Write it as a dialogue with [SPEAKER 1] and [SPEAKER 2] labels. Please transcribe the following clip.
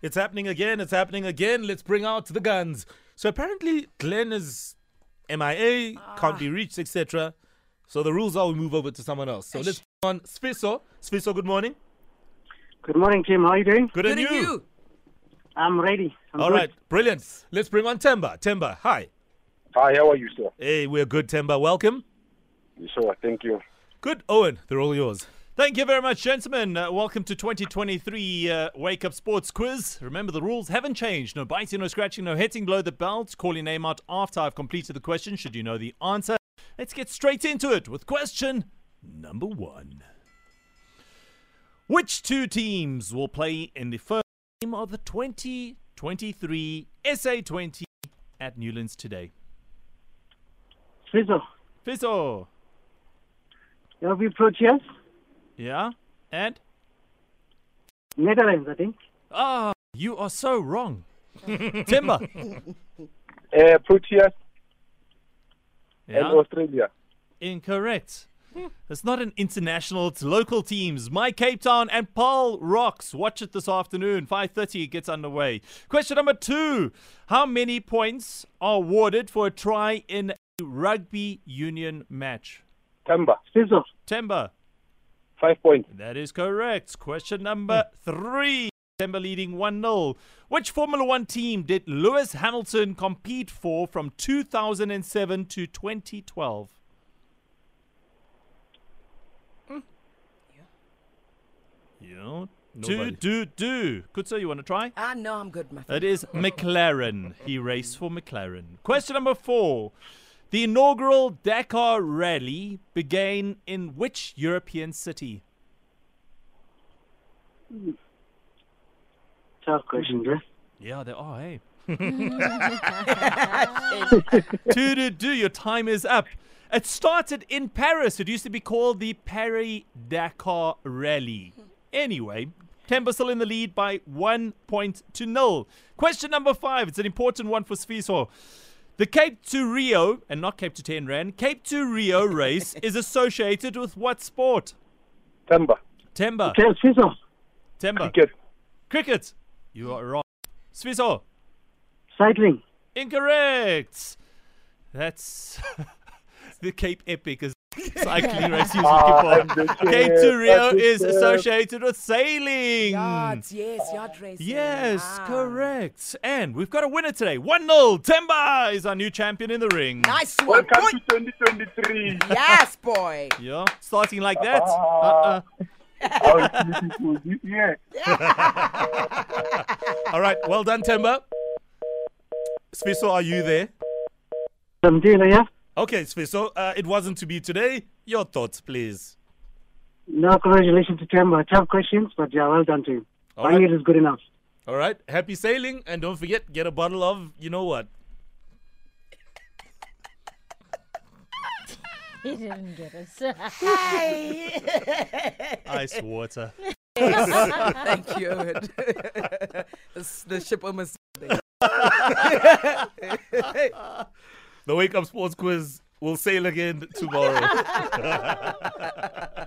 [SPEAKER 1] It's happening again. It's happening again. Let's bring out the guns. So apparently, Glenn is MIA, can't be reached, etc. So the rules are we move over to someone else. So let's bring on Sfiso. Sfiso, good morning.
[SPEAKER 2] Good morning, Tim. How are you doing?
[SPEAKER 1] Good,
[SPEAKER 3] Good
[SPEAKER 1] and
[SPEAKER 3] at
[SPEAKER 1] you.
[SPEAKER 3] you.
[SPEAKER 2] I'm ready. I'm
[SPEAKER 1] All
[SPEAKER 2] good.
[SPEAKER 1] right, brilliant. Let's bring on Temba. Temba, hi.
[SPEAKER 4] Hi, how are you, sir?
[SPEAKER 1] Hey, we're good, Temba. Welcome.
[SPEAKER 4] Sure, thank you.
[SPEAKER 1] Good, Owen. They're all yours.
[SPEAKER 5] Thank you very much, gentlemen. Uh, welcome to 2023 uh, Wake Up Sports Quiz. Remember, the rules haven't changed. No biting, no scratching, no hitting below the belt. Call your name out after I've completed the question, should you know the answer. Let's get straight into it with question number one. Which two teams will play in the first game of the 2023 SA20 at Newlands today?
[SPEAKER 2] Swizzle,
[SPEAKER 5] Fiso,
[SPEAKER 2] you'll be Proteas,
[SPEAKER 5] yeah? And?
[SPEAKER 2] Netherlands, I think.
[SPEAKER 5] Ah, you are so wrong. Timber.
[SPEAKER 4] Uh, Proteas and
[SPEAKER 5] Yeah.
[SPEAKER 4] Australia.
[SPEAKER 5] Incorrect. It's not an international, it's local teams. My Cape Town and Paul Rocks. Watch it this afternoon. 5.30 it gets underway. Question number two. How many points are awarded for a try in a rugby union match?
[SPEAKER 4] Tamba,
[SPEAKER 2] Swizzle,
[SPEAKER 5] Timber.
[SPEAKER 4] five points.
[SPEAKER 5] That is correct. Hmm. Question number three. Timber leading 1 0. Which Formula One team did Lewis Hamilton compete for from 2007 to 2012?
[SPEAKER 3] Hmm.
[SPEAKER 5] Yeah. Do,
[SPEAKER 1] Nobody.
[SPEAKER 5] do, do. Kutso, you want to try?
[SPEAKER 3] Ah, no, I'm good, my friend.
[SPEAKER 5] It is McLaren. He raced for McLaren. Question number four. The inaugural Dakar Rally began in which European city?
[SPEAKER 2] tough question, bro.
[SPEAKER 5] Yeah, they are, eh? hey. do, do, do, your time is up. It started in Paris. It used to be called the Paris Dakar Rally. Anyway, Temba still in the lead by one point to nil. Question number five. It's an important one for Sviso. The Cape to Rio, and not Cape to 10 Rand, Cape to Rio race is associated with what sport?
[SPEAKER 4] Tamba,
[SPEAKER 5] Temba.
[SPEAKER 2] Tell Swizzle,
[SPEAKER 5] Temba.
[SPEAKER 4] cricket.
[SPEAKER 5] Cricket. You are wrong. Sviso.
[SPEAKER 2] cycling.
[SPEAKER 5] Incorrect. That's the Cape Epic is cycling race you
[SPEAKER 4] Ah,
[SPEAKER 5] looking for.
[SPEAKER 4] I'm the
[SPEAKER 5] Cape
[SPEAKER 4] chef,
[SPEAKER 5] to Rio
[SPEAKER 4] I'm the
[SPEAKER 5] is
[SPEAKER 4] chef.
[SPEAKER 5] associated with sailing.
[SPEAKER 3] Yards, yes, yard racing.
[SPEAKER 5] Mm. Yes,
[SPEAKER 3] Ah.
[SPEAKER 5] correct. And we've got a winner today. 1 0. Temba is our new champion in the ring.
[SPEAKER 3] Nice one.
[SPEAKER 4] Welcome
[SPEAKER 3] Good.
[SPEAKER 4] to 2023.
[SPEAKER 3] Yes, boy.
[SPEAKER 5] Yeah, starting like that. Uh-uh.
[SPEAKER 4] Ah. How is it for this year?
[SPEAKER 1] All right, well done, Temba. Sfiso, are you there?
[SPEAKER 2] I'm doing it, yeah?
[SPEAKER 1] Okay, Sfiso, uh, it wasn't to be today. Your thoughts, please.
[SPEAKER 2] No, congratulations to Tamba. Tough questions, but yeah, well done to you.
[SPEAKER 1] All
[SPEAKER 2] I think
[SPEAKER 1] right.
[SPEAKER 2] it is good enough.
[SPEAKER 1] All right, happy sailing, and don't forget, get a bottle of, you know what?
[SPEAKER 6] He didn't get us.
[SPEAKER 5] Ice water.
[SPEAKER 3] Thank you. Owen. This- the ship almost.
[SPEAKER 1] The Wake Up Sports Quiz will sail again tomorrow.